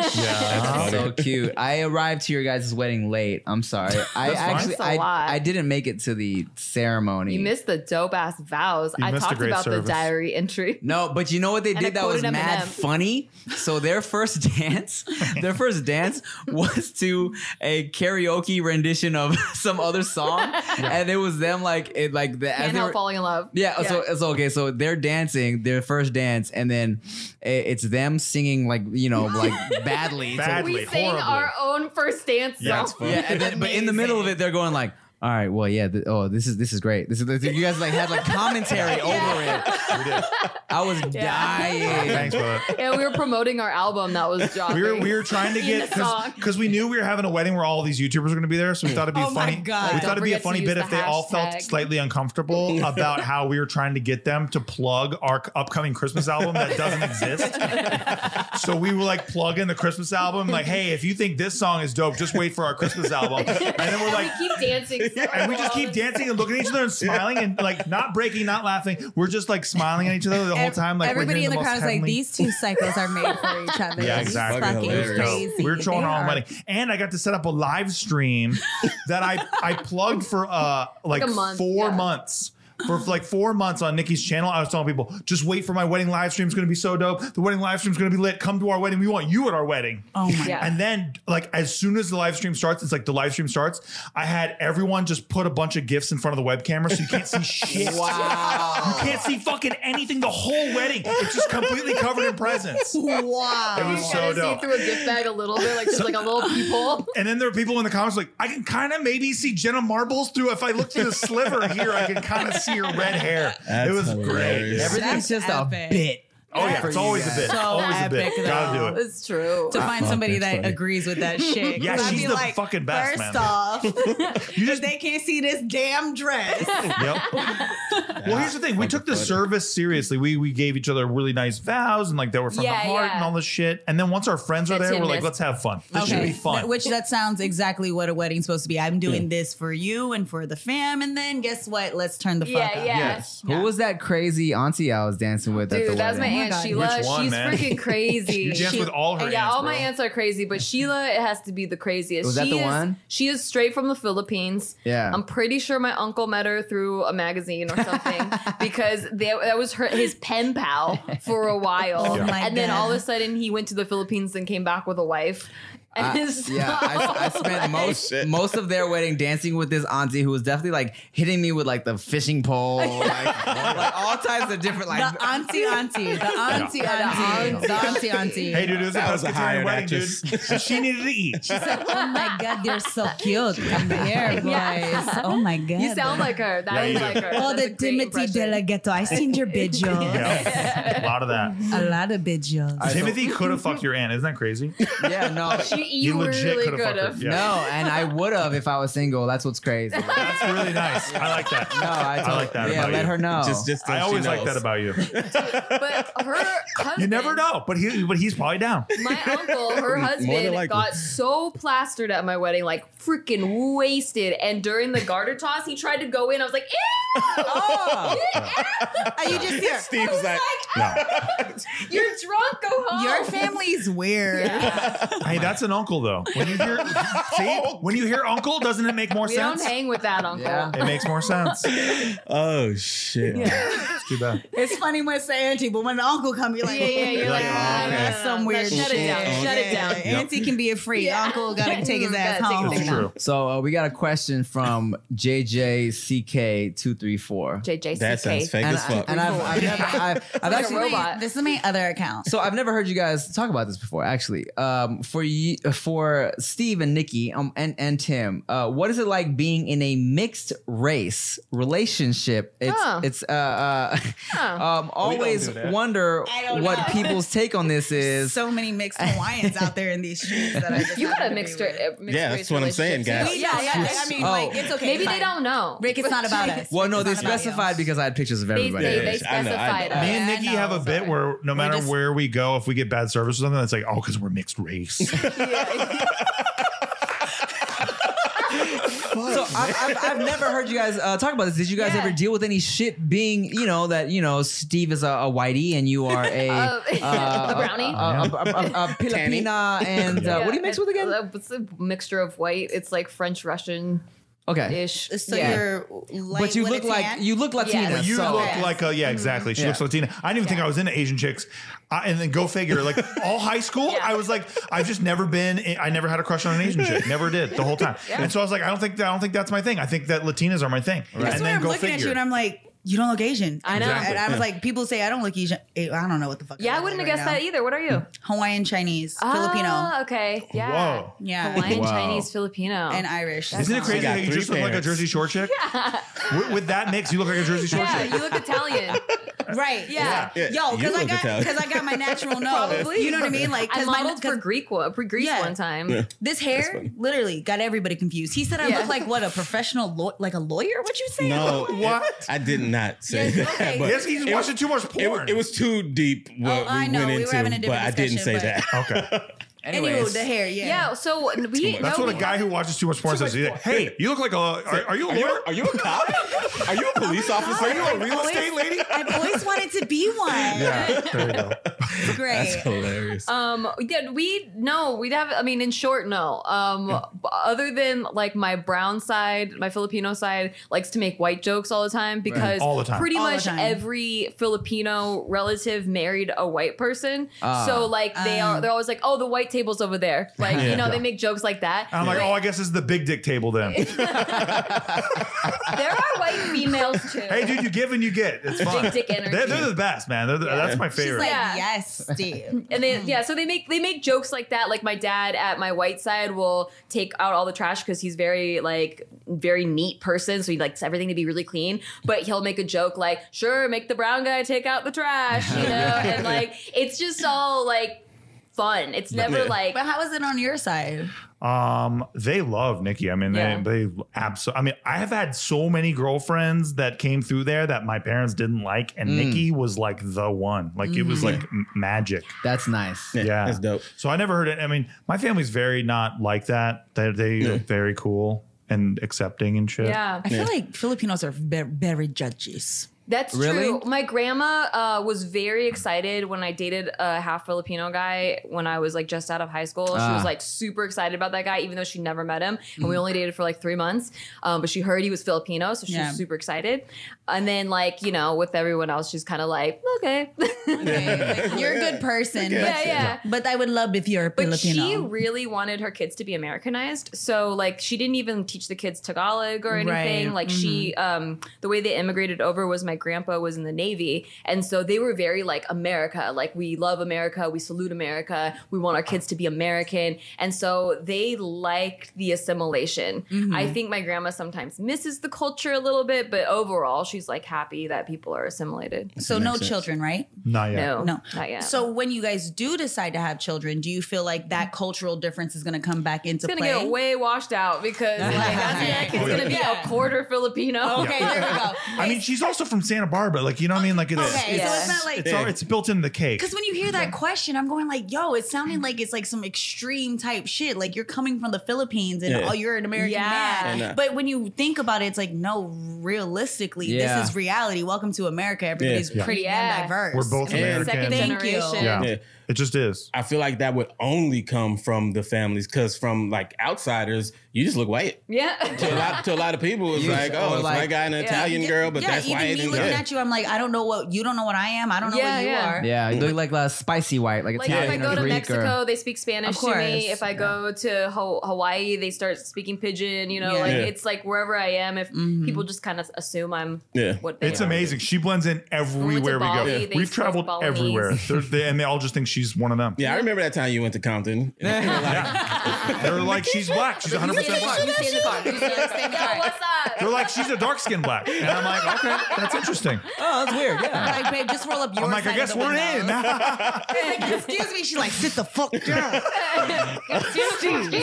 That's Uh-huh. so cute. I arrived to your guys' wedding late. I'm sorry. I fine. actually That's a lot. I, I didn't make it to the ceremony. You missed the dope ass vows. You I missed a talked great about service. the diary entry. No, but you know what they I did that was quoted mad Eminem. funny? So their first dance, their first dance was to a karaoke rendition of some other song. And it was them like it like the as Can't they help were- falling in love. yeah, so it's okay. So they're dancing their first dance, and then i- it's them singing like you know like badly. So- Badly. we sang horribly. our own first dance song. Yeah, it's fun. yeah, and then, but in the middle of it, they're going like, "All right, well, yeah, th- oh, this is this is great. This is this, you guys like had like commentary over it. We did. I was dying. Thanks, brother. Yeah, we were promoting our album that was dropping. We were, we were trying to In get the song. because we knew we were having a wedding where all these YouTubers were going to be there, so we thought it'd be Oh my funny. God. We Don't thought it'd be a forget to funny use bit the if they all felt hashtag. slightly uncomfortable about how we were trying to get them to plug our upcoming Christmas album that doesn't exist. so we were like plugging the Christmas album, like, hey, if you think this song is dope, just wait for our Christmas album. And then we're like. we keep dancing. so And we just well. keep dancing and looking at each other and smiling and like not breaking, not laughing. We're just like smiling at each other the whole time. Like we're everybody hearing in the, most crowd is like, heavenly- "These two cycles are made for each other." Yeah, It's exactly. Fucking It was So crazy. we were trolling They our own are. money, and I got to set up a live stream that I I plugged for uh like, a month, four yeah. months. For like four months on Nikki's channel, I was telling people, just wait for my wedding live stream. It's going to be so dope. The wedding live stream is going to be lit. Come to our wedding. We want you at our wedding. Oh my. Yeah. And then, like, as soon as the live stream starts, it's like the live stream starts. I had everyone just put a bunch of gifts in front of the web camera so you can't see shit. You Wow. can't see fucking anything. The whole wedding. It's just completely covered in presents. It Wow. was Oh, You so kind of dope. see through a gift bag a little bit, like just like a little peephole. And then there are people in the comments like, I can kind of maybe see Jenna Marbles through. If I look through the sliver here, I can kind of see her red hair. That's it was hilarious. great. Everything's That's just epic. a bit. Oh yeah, For it's you always a guys. bit. So always a epic, bit. though. Gotta do it. It's true. to find fuck, somebody that's that funny. agrees with that shit. Yeah, 'Cause I'd she's be the fucking best, First man. off, You if they can't see this damn dress, yep. well, here's the thing. We took the service seriously. We we gave each other really nice vows and like that were from Yeah, the heart yeah. and all this shit. And then once our friends were That's there, him, we're like, miss. let's have fun. This should Okay. be fun. Th- Which that sounds exactly what a wedding's supposed to be. I'm doing this for you and for the fam, and then guess what? Let's turn the fuck Yeah, up. yeah. Yes. Who was that crazy auntie I was dancing with at the Dude, that was my wedding? aunt Oh my God. Sheila. Which one, She's man? freaking crazy. You danced She- Uh, with all her Yeah, aunts, all my bro. aunts are crazy, but Sheila, it has to be the craziest. Was that she the is, one? She is straight from the Philippines. Yeah. I'm pretty sure my uncle met her through a magazine or something because that, that was her his pen pal for a while, Oh my and then God. all of a sudden he went to the Philippines and came back with a wife. I- And so- yeah, I, I spent most most of their wedding dancing with this auntie who was definitely like hitting me with like the fishing pole, like, like, all types of different like. The auntie, auntie, the auntie, auntie, the auntie, auntie. Hey, dude, it was a That was a pescatarian hired wedding, actress. dude. And she needed to eat. She said, Oh my god, they're so cute. Come here, Yeah. boys. Oh my god. you sound like her. That Yeah, you is do. like her. Oh, That's the a great Timothy impression. Delagato. I seen your video. yeah, a lot of that. A lot of videos. I- Timothy could have fucked your aunt. Isn't that crazy? yeah, no, She, you You were legit really coulda good. fucked her. Of, Yeah. no, and I would have if I was single. That's what's crazy. No, That's really nice. I like that. I, I told- like that Yeah, about let you. her know. Just, just so I she always like knows. that about you. But her husband, You never know, but he but he's probably down. My uncle, her husband, likely. got so plastered at my wedding, like freaking wasted. And during the garter toss, he tried to go in. I was like, "Ew!" Ah! Oh. Are you just here? Steve was like, You're drunk. Go home. Your family's weird. Hey, that's an uncle though. When you hear see, when you hear uncle, doesn't it make more We sense? don't hang with that uncle. Yeah. it makes more sense. It's "Oh shit!" too bad. It's funny when it's the auntie, but when the uncle come, you're like, Yeah, yeah, you're You're like, like, "Ah, oh, no, okay. no, That's some no, no, weird Shut it shit. down. Shut it Yeah. down. Auntie can be a freak. Yeah. Uncle gotta take his Gotta ass take his home. ass It's true. So uh, we got a question from JJCK234. JJCK. That sounds fake And, as I, fuck. and I've, I've, never, I've, I've Like a actually robot. This is my other account. So I've never heard you guys talk about this before. Actually, um, for you, for Steve and Nikki, um, and and Tim, uh, what is it like being in a mixed race relationship? It's Huh. it's uh, uh um, always do that. wonder I don't what know. people's take on this is. so many mixed Hawaiians out there in these streets that I just You got happen to a be mixed, with. uh, mixed Yeah, that's race what I'm saying, relationship. guys. Yeah, yeah. I mean, Oh. like it's okay. Maybe fine. they don't know. Rick, it's not about us. well, no, It's they not about you. specified because I had pictures of They, everybody. they, they Yeah, I know, I specified know. us. Me and Yeah, I Nikki know. have a bit where no matter just- where we go, if we get bad service or something, it's like, oh, because we're mixed race. So I've, I've, I've never heard you guys uh, talk about this. Did you guys Yeah. ever deal with any shit being, you know, that you know Steve is a, a whitey and you are a Uh, uh, a brownie? a, a, a, a, a Filipina, and uh, Yeah, what do you mix with it's- again? uh, It's a mixture of white. It's like French Russian Okay, ish. So yeah. you're light but you with a look like tan? you look Latina. Well, you so- look like a yeah, exactly. She Yeah. looks Latina. I didn't even think I was into Asian chicks. I, and then go figure. Like all high school, Yeah. I was like, I've just never been. I never had a crush on an Asian chick. Never did the whole time. And so I was like, I don't think that, I don't think that's my thing. I think that Latinas are my thing. I And swear then I'm go looking figure. at you and I'm like, you don't look Asian. I know. Exactly. And I was like, people say I don't look Asian. I don't know what the fuck. Yeah, I look wouldn't like have guessed right that either. What are you? now. Hawaiian, Chinese, Filipino, Ah, okay. Yeah. Whoa. Yeah. Hawaiian, Wow. Chinese, Filipino. and Irish. Isn't it She crazy got how you three just look like a pairs. Jersey Shore chick? With, with that mix, you look like a Jersey Shore yeah, chick. you look Italian. Right. Yeah. Yeah. Yo, You because I look got Italian. because I got my natural nose. Probably. You know what I mean? Like I because my modeled for 'cause Greek one, for Greece Yeah. one time. this hair literally got everybody confused. He said I Yeah. look like what a professional law- like a lawyer. What you say? No, What? I did not say Yes, that. okay. But Yes, he's it- watching too much It, porn. it was too deep what Oh, I we know. went We were into, having a but different I didn't say discussion, that. okay. Anywho, Anyways, the hair. Yeah. Yeah. so we That's no, what a we- guy who watches too much porn says. He's like, hey, you look like a. Are, are you a Are you, lawyer? are you a cop? Are you a police officer? Are you a real estate lady? I've always wanted to be one. Yeah, there you go. That's Great. Oh, hilarious. Um, yeah, we no, we'd have. I mean, in short, no. Um, b- other than like my brown side, my Filipino side likes to make white jokes all the time because All the time. pretty All the much time. every Filipino relative married a white person. Ah. so like they are, they're always like, oh, the white table's over there. Like you know, they make jokes like that. oh, And I'm like, oh, I guess this is the big dick table then. There are white females too. Hey, dude, you give and you get. It's fun. dick energy. They're, they're the best, man. They're the, That's my She's favorite. like, Yeah. yes, Steve. and they yeah so they make they make jokes like that like my dad at my white side will take out all the trash because he's very like very neat person so he likes everything to be really clean but he'll make a joke like sure make the brown guy take out the trash you know and like it's just all like fun it's never Yeah. like But how is it on your side? Um, they love Nikki. I mean, Yeah. they they absolutely. I mean, I have had so many girlfriends that came through there that my parents didn't like, Mm. and Nikki was like the one. Like it was Mm-hmm. like m- magic. That's nice. Yeah. that's dope. So I never heard it. I mean, my family's very not like that. They they Mm. are very cool and accepting and shit. yeah I feel like Filipinos are ve- very judges. That's Really? true. My grandma uh, was very excited when I dated a half Filipino guy when I was like just out of high school. She Ah. Mm. was like super excited about that guy, even though she never met him. And we only dated for like three months. Um, but she heard he was Filipino, so she Yeah. was super excited. And then, like, you know, with everyone else, she's kind of like, okay. Like, you're a good person. yeah, but, yeah. But I would love if you're a But Filipino. she really wanted her kids to be Americanized. So like she didn't even teach the kids Tagalog or Right. Mm-hmm. anything. Like she um the way they immigrated over was my grandpa was in the Navy. And so they were very like America. Like we love America, we salute America, we want our kids to be American. And so they liked the assimilation. Mm-hmm. I think my grandma sometimes misses the culture a little bit, but overall she's like happy that people are assimilated. so Makes no sense. children, right? Not yet. No. No. Not yet. So when you guys do decide to have children, do you feel like that cultural difference is going to come back into it's gonna play? get way washed out because like that's that kid's Oh, yeah. gonna be Yeah. Oh, a quarter Filipino. okay, there we go. I mean, she's also from Santa Barbara. Like you know what I mean? Like it's Oh, okay, it's, so Yeah. it's not like it's, all- it's built into the cake. Because when you hear Mm-hmm. that question, I'm going like, "Yo, it sounded like it's like some extreme type shit. Like you're coming from the Philippines and Yeah. oh, you're an American Yeah. man." I know. But when you think about it, it's like, no, realistically, Yeah. this is reality. Welcome to America. Everybody's Yeah. pretty Yeah. and diverse. We're both And American. Second Thank generation. you. yeah. Yeah. It just is. I feel like that would only come from the families because from like outsiders, you just look white. To a Yeah. lot, to a lot of people, it's You- like, or oh, it's like- white guy and an Yeah. Italian girl, but yeah, that's even white. me and- looking yeah. at you, I'm like, I don't know what you don't know what I am. I don't know Yeah, what you yeah. are. Yeah, you look like a spicy white, like, Like if I Italian go or to Greek Mexico, or they speak Spanish Of to me. course. If I go to Ho- Hawaii, they start speaking pidgin. You know, Yeah. like Yeah. it's like wherever I am, if Mm-hmm. people just kind of assume I'm Yeah. what they It's are. amazing. She blends in everywhere we, Bali, go. they We've spoke traveled Balinese. everywhere, They're- they, and they all just think she's one of them. Yeah, I remember that time you went to Compton. They're like, she's black. She's 100 percent black. You stay in the car. You stay in the car. Yo, what's up? They're like, she's a dark skinned black, and I'm like, okay, that's interesting. oh, that's weird. Yeah, Like, babe, just roll up your I'm like, side I guess of the we're in. window. Like, Excuse me. She's like, sit the fuck down.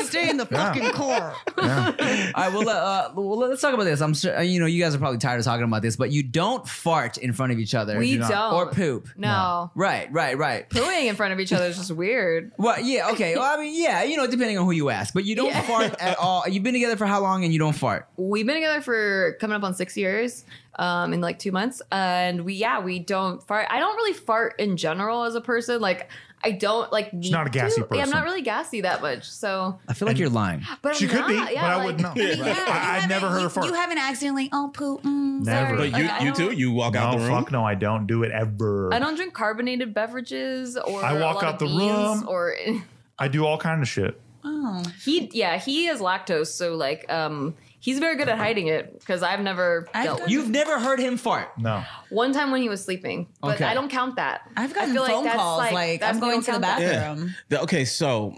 Stay in the fucking car. All right, well, uh, uh, well, let's talk about this. I'm sure uh, you know you guys are probably tired of talking about this, but you don't fart in front of each other. We do not. don't. or poop. No. Right, right, right. Pooing in front of each other is just weird. Well, yeah, okay. Well, I mean, yeah, you know, depending on who you ask, but you don't fart at all. You've been together for how long and you don't fart? we've been together for coming up on six years um in like two months and we yeah we don't fart i don't really fart in general as a person like i don't like need not a gassy to. Yeah, i'm person. not really gassy that much so I feel like you're lying. but She I'm could be, not, yeah, but I like- wouldn't know. Yeah, you I, I've haven't- never heard you, her fart. You haven't accidentally, oh, poo, mm, Never. Sorry. But you, Like, I you too, don't- you walk out no, the room. fuck no, I don't do it ever. i don't drink carbonated beverages or I a walk lot out of the beans room. or I do all kind of shit. Oh. he yeah he is lactose so like um he's very good at hiding it because i've never I've dealt got- with You've never heard him fart. No, one time when he was sleeping but Okay. i don't count that I've I gotten feel like phone that's, calls like, that's- I'm we going don't to the count that. bathroom. The- okay, so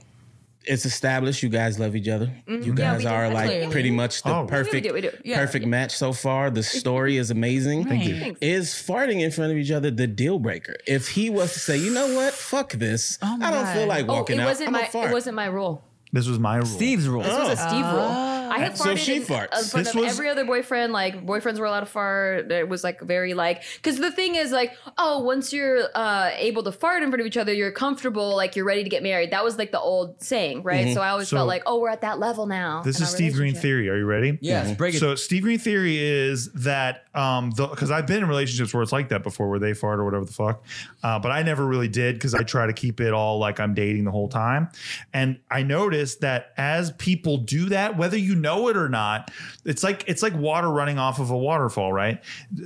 it's established you guys love each other. Mm-hmm. You guys we do. are like Clearly. pretty much the Oh. Yeah, we perfect do, we do. Yeah. perfect match so far. The story is amazing. Thank you. Thanks. Is farting in front of each other the deal breaker? If he was to say, you know what, fuck this, my I don't feel God. like Oh, it walking out. wasn't I'm my a fart. it wasn't my rule. this was my rule. Steve's rule. This was a Steve rule. I had farted Ah. So she in, farts. in front This of was- every other boyfriend. Like boyfriends were allowed to fart. It was like very like because the thing is like oh once you're uh, able to fart in front of each other you're comfortable like you're ready to get married. That was like the old saying, right? Mm-hmm. So I always So- felt like oh we're at that level now. This in is our Steve Green relationship. theory. Are you ready? Yes, break it. So Steve Green theory is that um the because I've been in relationships where it's like that before, where they fart or whatever the fuck, uh, but I never really did because I try to keep it all like I'm dating the whole time, and I noticed that as people do that, whether you know it or not, it's like it's like water running off of a waterfall, right?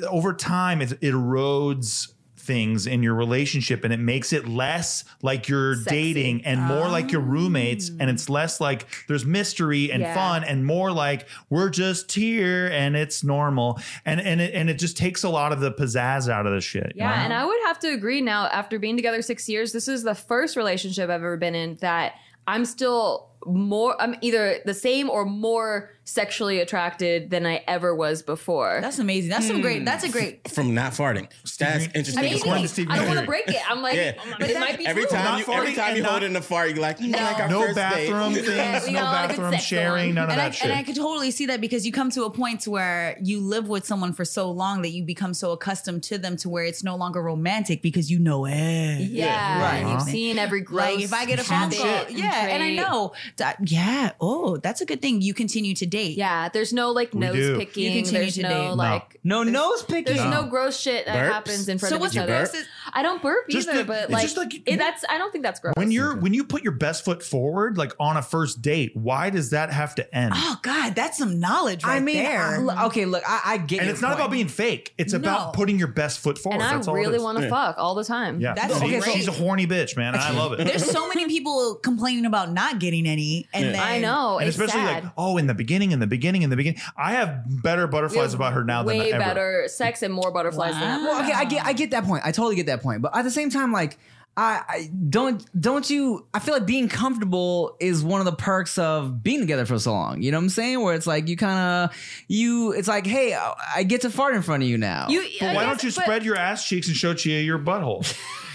Over time, it, it erodes things in your relationship and it makes it less like you're Sexy. dating and more like your roommates and it's less like there's mystery and Yeah. fun and more like we're just here and it's normal and and it, and it just takes a lot of the pizzazz out of the shit Yeah, and I would have to agree now after being together 6 years, this is the first relationship I've ever been in that I'm still more I'm either the same or more sexually attracted than I ever was before. That's amazing. That's some great. That's a great. from not farting. That's interesting. I mean, According to like, Steve I don't Jobs. want to break it. I'm like, Yeah. but it might be every true. time you Not every farting time and you not- hold in the fart, you're like, no, like our no first bathroom date. Yeah, things we no all had a good bathroom sex sharing going. none of And I, that shit and I could totally see that because you come to a point to where you live with someone for so long that you become so accustomed to them to where it's no longer romantic because you know it. Yeah, right. and Uh-huh. you've seen every gross. Like if I get a phone habit call, yeah, and I trait. know that, yeah, oh, that's a good thing. You continue to date. Yeah, there's no like We nose do. You picking. continue There's to no date. like. No nose picking. There's no. gross shit that Burps? happens in front So of what's each the other. grossest? I don't burp Just either, the- but it's like, just like- it, that's I don't think that's gross. when you're when you put your best foot forward like on a first date why does that have to end Oh God, that's some knowledge right I mean, I- oh. there. look, okay, look, I, I get and your it's not point. about being fake it's No. about putting your best foot forward and I that's all it really is. want to Yeah. fuck all the time. yeah That's See, great. she's a horny bitch man and i love it There's so many people complaining about not getting any, and Yeah. then I know. and it's especially sad. like oh in the beginning in the beginning in the beginning i have We better have butterflies about her now than way ever better sex and more butterflies than Wow. ever. Well, okay, I get I get that point. I totally get that point. But at the same time, like I, I don't don't you I feel like being comfortable is one of the perks of being together for so long. You know what I'm saying? Where it's like you kind of you it's like, hey, I, I get to fart in front of you now. You, I but why guess- don't you but- spread your ass cheeks and show chia your butthole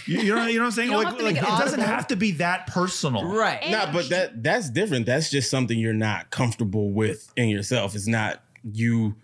you, you know you know what i'm saying You don't like, have to like make it it doesn't audible. have to be that personal right. And- No, but that that's different. That's just something you're not comfortable with in yourself. It's not you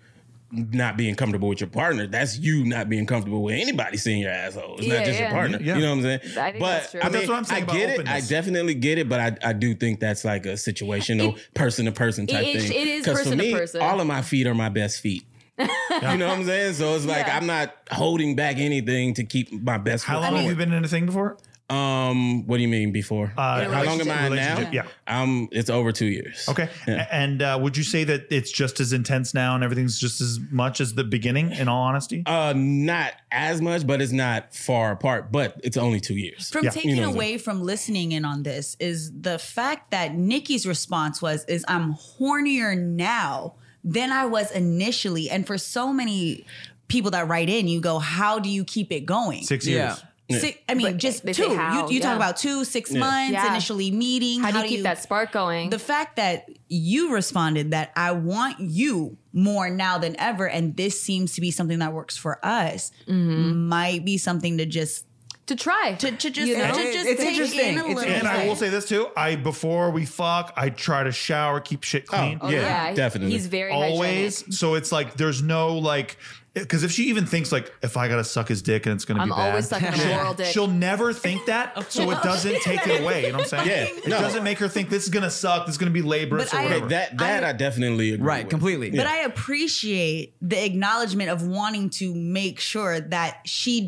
not being comfortable with your partner. That's you not being comfortable with anybody seeing your asshole. It's Yeah, not just yeah. your partner. Yeah. You know what I'm saying? I think but that's true. I But mean, that's what I'm saying I about get it. I openness. definitely get it, but I, I do think that's like a situational person to person type it is- thing. it is 'Cause for person to me, person. all of my feet are my best feet. you know what I'm saying? So it's like Yeah. I'm not holding back anything to keep my best. how foot long have you forward. been in a thing before Um, what do you mean before? Uh, how long am I in now? relationship, yeah. Um, it's over two years. Okay. A- And uh, would you say that it's just as intense now and everything's just as much as the beginning, in all honesty? Uh, not as much, but it's not far apart. But it's only two years. From Yeah. taking You know what I'm away from listening in on this is the fact that Nikki's response was is I'm hornier now than I was initially. And for so many people that write in, you go, How do you keep it going? Six Yeah. years. Six- I mean, just they two. say You, how, you yeah. talk about two, six months, Yeah. initially meeting. How do you keep that spark going? The fact that you responded that I want you more now than ever, and this seems to be something that works for us, Mm-hmm. might be something to just to try to, to just, You know? to It- just it's take interesting. in a It's little And I bit. will say this too. I before we fuck, I try to shower, keep shit clean. Oh, yeah. definitely. He's very Always. hygienic. So it's like there's no like because if she even thinks like if I gotta suck his dick and it's gonna I'm be bad, always sucking a she'll, moral dick. she'll never think that. so it doesn't take it away. You know what I'm saying? Yeah, It no. doesn't make her think this is gonna suck. This is gonna be laborious But or I- whatever. Okay, that that I, definitely agree. Right, with. completely. But I appreciate the acknowledgement of wanting to make sure that she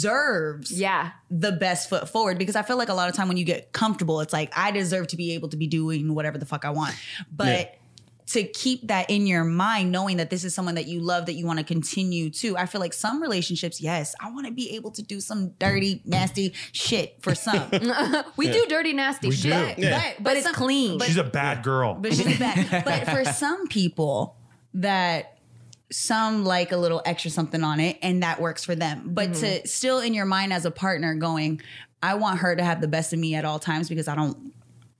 deserves Yeah. the best foot forward because I feel like a lot of time when you get comfortable, it's like I deserve to be able to be doing whatever the fuck I want. But Yeah. to keep that in your mind, knowing that this is someone that you love that you want to continue to, I feel like some relationships, yes, I want to be able to do some dirty, nasty shit for some. but, We do dirty, nasty We do. shit. Yeah. but, But it's some- clean. but- She's a bad girl. but she's back. but for some people, that some like a little extra something on it, and that works for them. But Mm-hmm. to still in your mind as a partner, going, I want her to have the best of me at all times because I don't.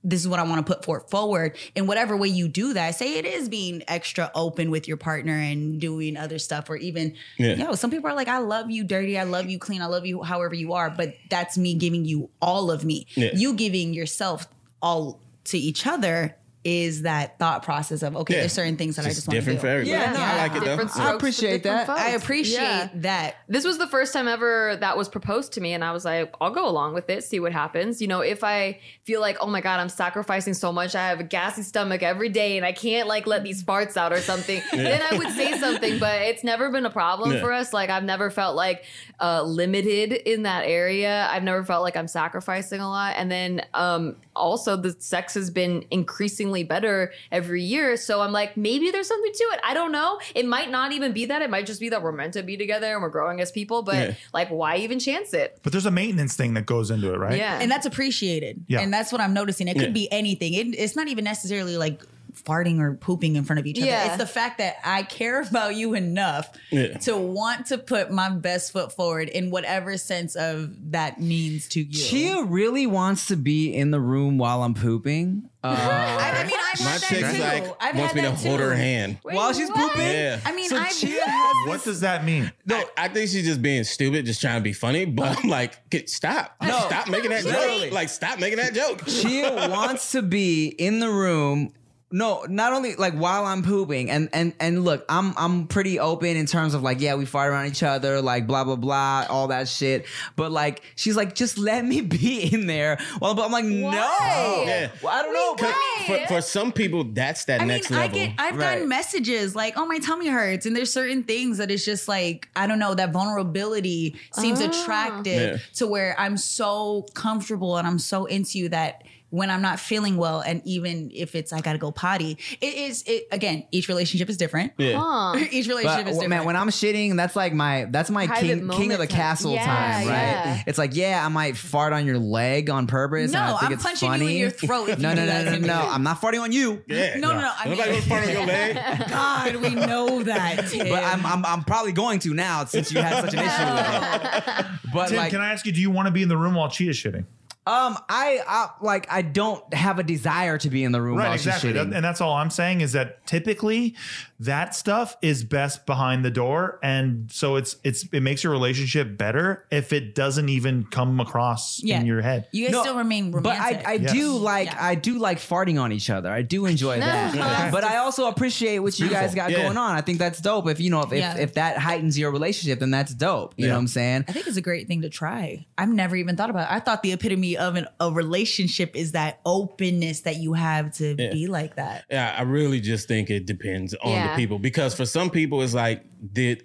This is what I want to put for forward. In whatever way you do that, say it is being extra open with your partner and doing other stuff, or even Yeah. yo. Some people are like, "I love you dirty, I love you clean, I love you however you are," but that's me giving you all of me. Yeah. You giving yourself all to each other is that thought process of okay, Yeah. there's certain things that I It's just want to do. different for everybody. Yeah, Yeah, no, I like it Different though. strokes for appreciate that. different folks. I appreciate Oh, Yeah. that. this was the first time ever that was proposed to me and i was like i'll go along with it see what happens you know if i feel like oh my god i'm sacrificing so much i have a gassy stomach every day and i can't like let these farts out or something then i would say something but it's never been a problem Yeah. for us like i've never felt like uh, limited in that area i've never felt like i'm sacrificing a lot and then um also the sex has been increasingly better every year. So I'm like, maybe there's something to it. I don't know. It might not even be that. It might just be that we're meant to be together and we're growing as people. But Yeah. like, why even chance it? But there's a maintenance thing that goes into it, right? Yeah. and that's appreciated. Yeah. And that's what I'm noticing. It could Yeah. be anything. It, it's not even necessarily like farting or pooping in front of each other. Yeah. It's the fact that I care about you enough Yeah. to want to put my best foot forward in whatever sense of that means to you. Chia really wants to be in the room while I'm pooping. Uh, I, I mean, I've My had chick that too. like I've wants had me to that hold too. her hand. Wait, while she's what? pooping. Yeah. I mean, So I've Chia has What does that mean? No, I think she's just being stupid, just trying to be funny. But I'm like, "Get- stop, No. stop making that Literally. joke. Like, stop making that joke. Chia wants to be in the room. No, not only like while I'm pooping, and and and look, I'm I'm pretty open in terms of like, yeah, we fight around each other, like blah blah blah, all that shit. But like, she's like, just let me be in there. Well, but I'm like, no, Why? Yeah. well, I don't know. Wait, but- why? For, for some people, that's that I mean, next I level. get I've Right. gotten messages like, "Oh, my tummy hurts," and there's certain things that it's just like I don't know. That vulnerability seems attractive Yeah. to where I'm so comfortable and I'm so into you that when I'm not feeling well, and even if it's I gotta go potty, it is. It again, each relationship is different. yeah. Huh. each relationship But is w- different. man, when I'm shitting, that's like my that's my Private king king of the moment time. castle Yeah, time, right? yeah. It's like, yeah, I might fart on your leg on purpose. and I no, think I'm it's punching funny. you in your throat. if no, you no, do no, that no, to no, me. no. I'm not farting on you. Yeah. No, no, no, I Nobody mean- was farting on your leg. God, we know that. But I'm, I'm I'm probably going to now since you had such an issue with it. But Tim, like, can I ask you, do you want to be in the room while Chia's shitting? um, I, I like I don't have a desire to be in the room Right, while exactly. she's shitting. That- and that's all I'm saying is that typically that stuff is best behind the door. And so it's it's it makes your relationship better if it doesn't even come across Yeah. in your head. You guys No, still remain But romantic. I, I Yes. do like Yeah. I do like farting on each other. I do enjoy that. but I also appreciate what you guys got Yeah. going on. I think that's dope. If you know if, Yeah. if, if that heightens your relationship, then that's dope. You know Yeah. what I'm saying? I think it's a great thing to try. I've never even thought about it. I thought the epitome of an, a relationship is that openness that you have to be like that. Yeah, I really just think it depends on Yeah. the people because for some people it's like did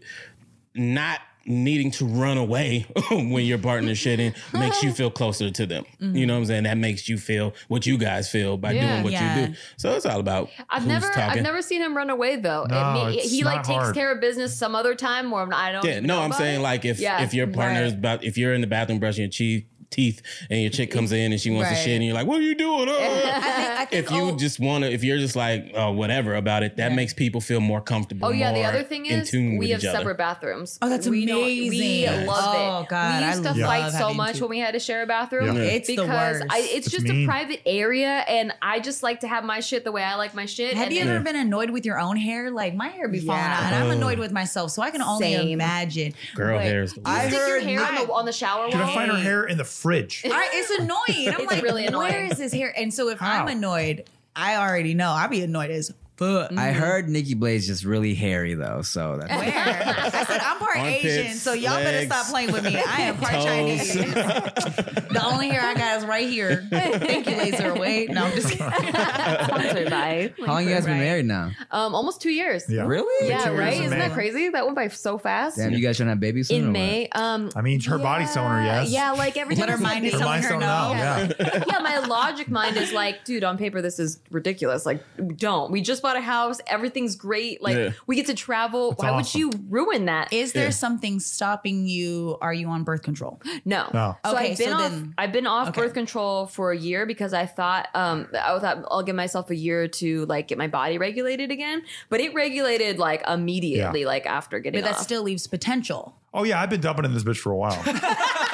not needing to run away when your partner shitting makes you feel closer to them. You know what I'm saying? That makes you feel what you guys feel by Yeah. doing what Yeah. you do. So it's all about I've who's never, talking. I've never seen him run away though. It No, may- it's he like not takes hard. care of business some other time, where I'm not, I don't. Yeah, even no, know I'm about saying it. like if Yeah. if your partner is Right. about if you're in the bathroom brushing your cheek, teeth and your chick comes in and she wants to Right. shit and you're like, "What are you doing?" Uh, I think, I think if you oh, just want to, if you're just like oh, whatever about it, that makes people feel more comfortable. Oh yeah, the more other thing in is tune we with have each other. separate bathrooms. Oh, that's we don't- We amazing. love it. Oh, God, we I used to love fight so having much two. when we had to share a bathroom. Yeah. It's the because I, worst. it's, It's just a mean. private area, and I just like to have my shit the way I like my shit. have and you it- ever been annoyed with your own hair? Like my hair be falling Yeah. out, and I'm annoyed with myself, so I can only Same. imagine. Girl But hair is the I worst. stick your heard hair on the, on the shower Dude, I wall? find her hair in the fridge. I, it's annoying. I'm It's like, really annoying. where is this hair? And so if How? I'm annoyed, I already know I'll be annoyed as fuck. Mm-hmm. I heard Nikki Blaze just really hairy though, so that's Mm-hmm. Where? I said I'm part Armpits, Asian, so y'all better legs, stop playing with me. I am part toes. Chinese. The only hair I got is right here. Thank you, laser. Wait, no, I'm just kidding. Sponsored by. how long you guys been Right. married now? Um, almost two years. Yeah. Really? Yeah, Two years right. in Isn't May. that crazy? That went by so fast. Damn, you guys trying to have babies soon? or in what? May. Um, I mean, her body's telling her yes. Yeah, like every time Let her I see a mind is baby- Her telling mind's her don't no. know. Yeah. yeah, my logic mind is like, dude, on paper this is ridiculous. Like, don't. We just bought a house. Everything's great. Like, Yeah. we get to travel. Why awesome. would you ruin that? Is there something stopping you? Are you on birth control? no. No. So Okay, I've been so off. then- I've been off okay. birth control for a year because I thought, um, I thought I'll give myself a year to like get my body regulated again. But it regulated like immediately, like after getting But that off. still leaves potential. Oh yeah, I've been dumping in this bitch for a while.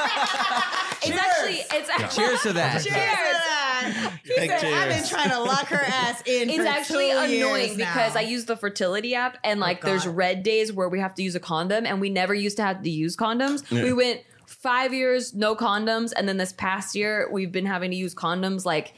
it's actually, it's actually. Cheers to that. He Big said, "I've been cheers. trying to lock her ass in. It's actually annoying because I use the fertility app and like there's Oh, God. red days where we have to use a condom and we never used to have to use condoms. We went five years, no condoms. And then this past year, we've been having to use condoms like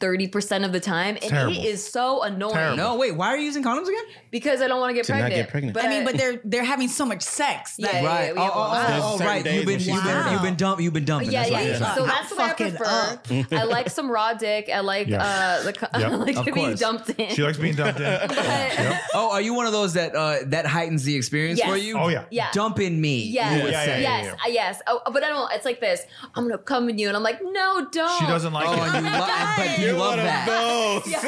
30% of the time. And Terrible. it is so annoying Terrible. No, wait. Why are you using condoms again? because I don't want to get To not pregnant. get pregnant. I mean, but they're they're having so much sex that Yeah, right. we oh, have a lot. There's oh, oh, oh, certain right. days You've when been, she's you've been, dirty. you've been dumped. You've been dumping. Yeah, That's yeah, what it yeah. is. Not So that's the way I fucking prefer. up. I like some raw dick. I like Yeah. uh, the co- Yep. I like Of to be course. dumped in. She likes being dumped in. But- Yep. Oh, are you one of those that uh, that heightens the experience Yes. for you? Oh, yeah. Yeah. Dumping me. Yes, you would Yeah, say. yeah, yes, uh, yes. Oh, but I don't. It's like this. I'm gonna come in you, and I'm like, no, don't. She doesn't like Oh, it. and you lo- but you You're love one of that. those. yeah,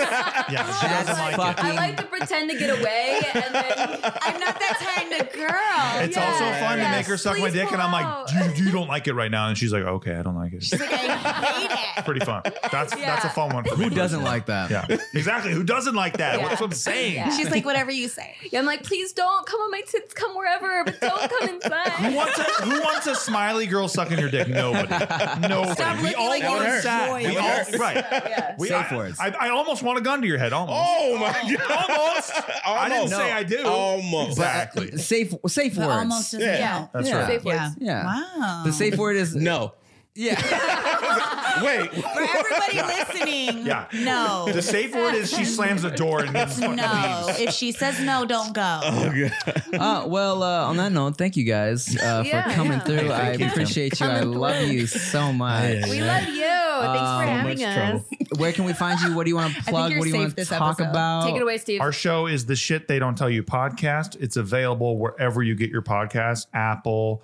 she That's doesn't like it. fucking. I like to pretend to get away, and then I'm not that kind of girl. It's Yeah. also fun to Yes, make her suck my please dick, and I'm like, pull "Do you, you don't like it right now?" And she's like, "Okay, I don't like it." Like, I hate it. Pretty fun. That's that's a Yeah. fun one for me. who doesn't like that? Yeah, exactly. Who doesn't like that? Yeah. That's what I'm saying. Yeah. She's like, whatever you say. yeah, I'm like, please don't come on my tits, come wherever, but don't come Who inside. wants, a, who wants a smiley girl sucking your dick? Nobody. Nobody. Stop we looking all like you want enjoy that. it. We all, right. Yeah. We, Safe I, words. I, I almost want a gun to your head. Almost. Oh my god! Almost. I didn't Almost. say I do. Almost. Exactly. Uh, Safe, safe But words. almost doesn't Yeah. count. That's Yeah. right. Safe words. Yeah. yeah. Wow. The safe word is No. Yeah. Wait. For everybody listening, Yeah. no. The safe word is she slams the door and gets fucking no. leaves. If she says no, don't go. Oh god. Uh, well, uh, on that note, thank you guys uh, for Yeah, coming yeah. through. I you, Tim. appreciate you. I Coming love through. you so much. Yeah, We yeah. love you. Thanks for Um, having Much us. Where can we find you? What do you want to plug? you're What do you safe want to this talk episode. about? Take it away, Steve. Oh. Our show is the shit they don't tell you podcast. It's available wherever you get your podcast: Apple,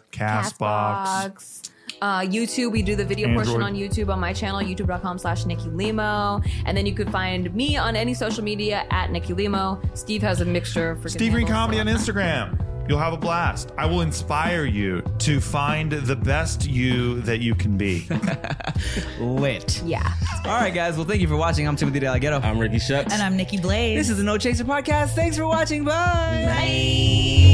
Castbox, Castbox. Uh, YouTube, we do the video portion Android. on YouTube on my channel, youtube.com slash Nikki Limo. And then you could find me on any social media at Nikki Limo. Steve has a mixture for Steve Green Comedy on Instagram. You'll have a blast. I will inspire you to find the best you that you can be. Lit. Yeah. All right, guys. Well, thank you for watching. I'm Timothy Delgado. I'm Ricky Shucks. And I'm Nikki Blaze. This is the No Chaser podcast. Thanks for watching. Bye. Bye.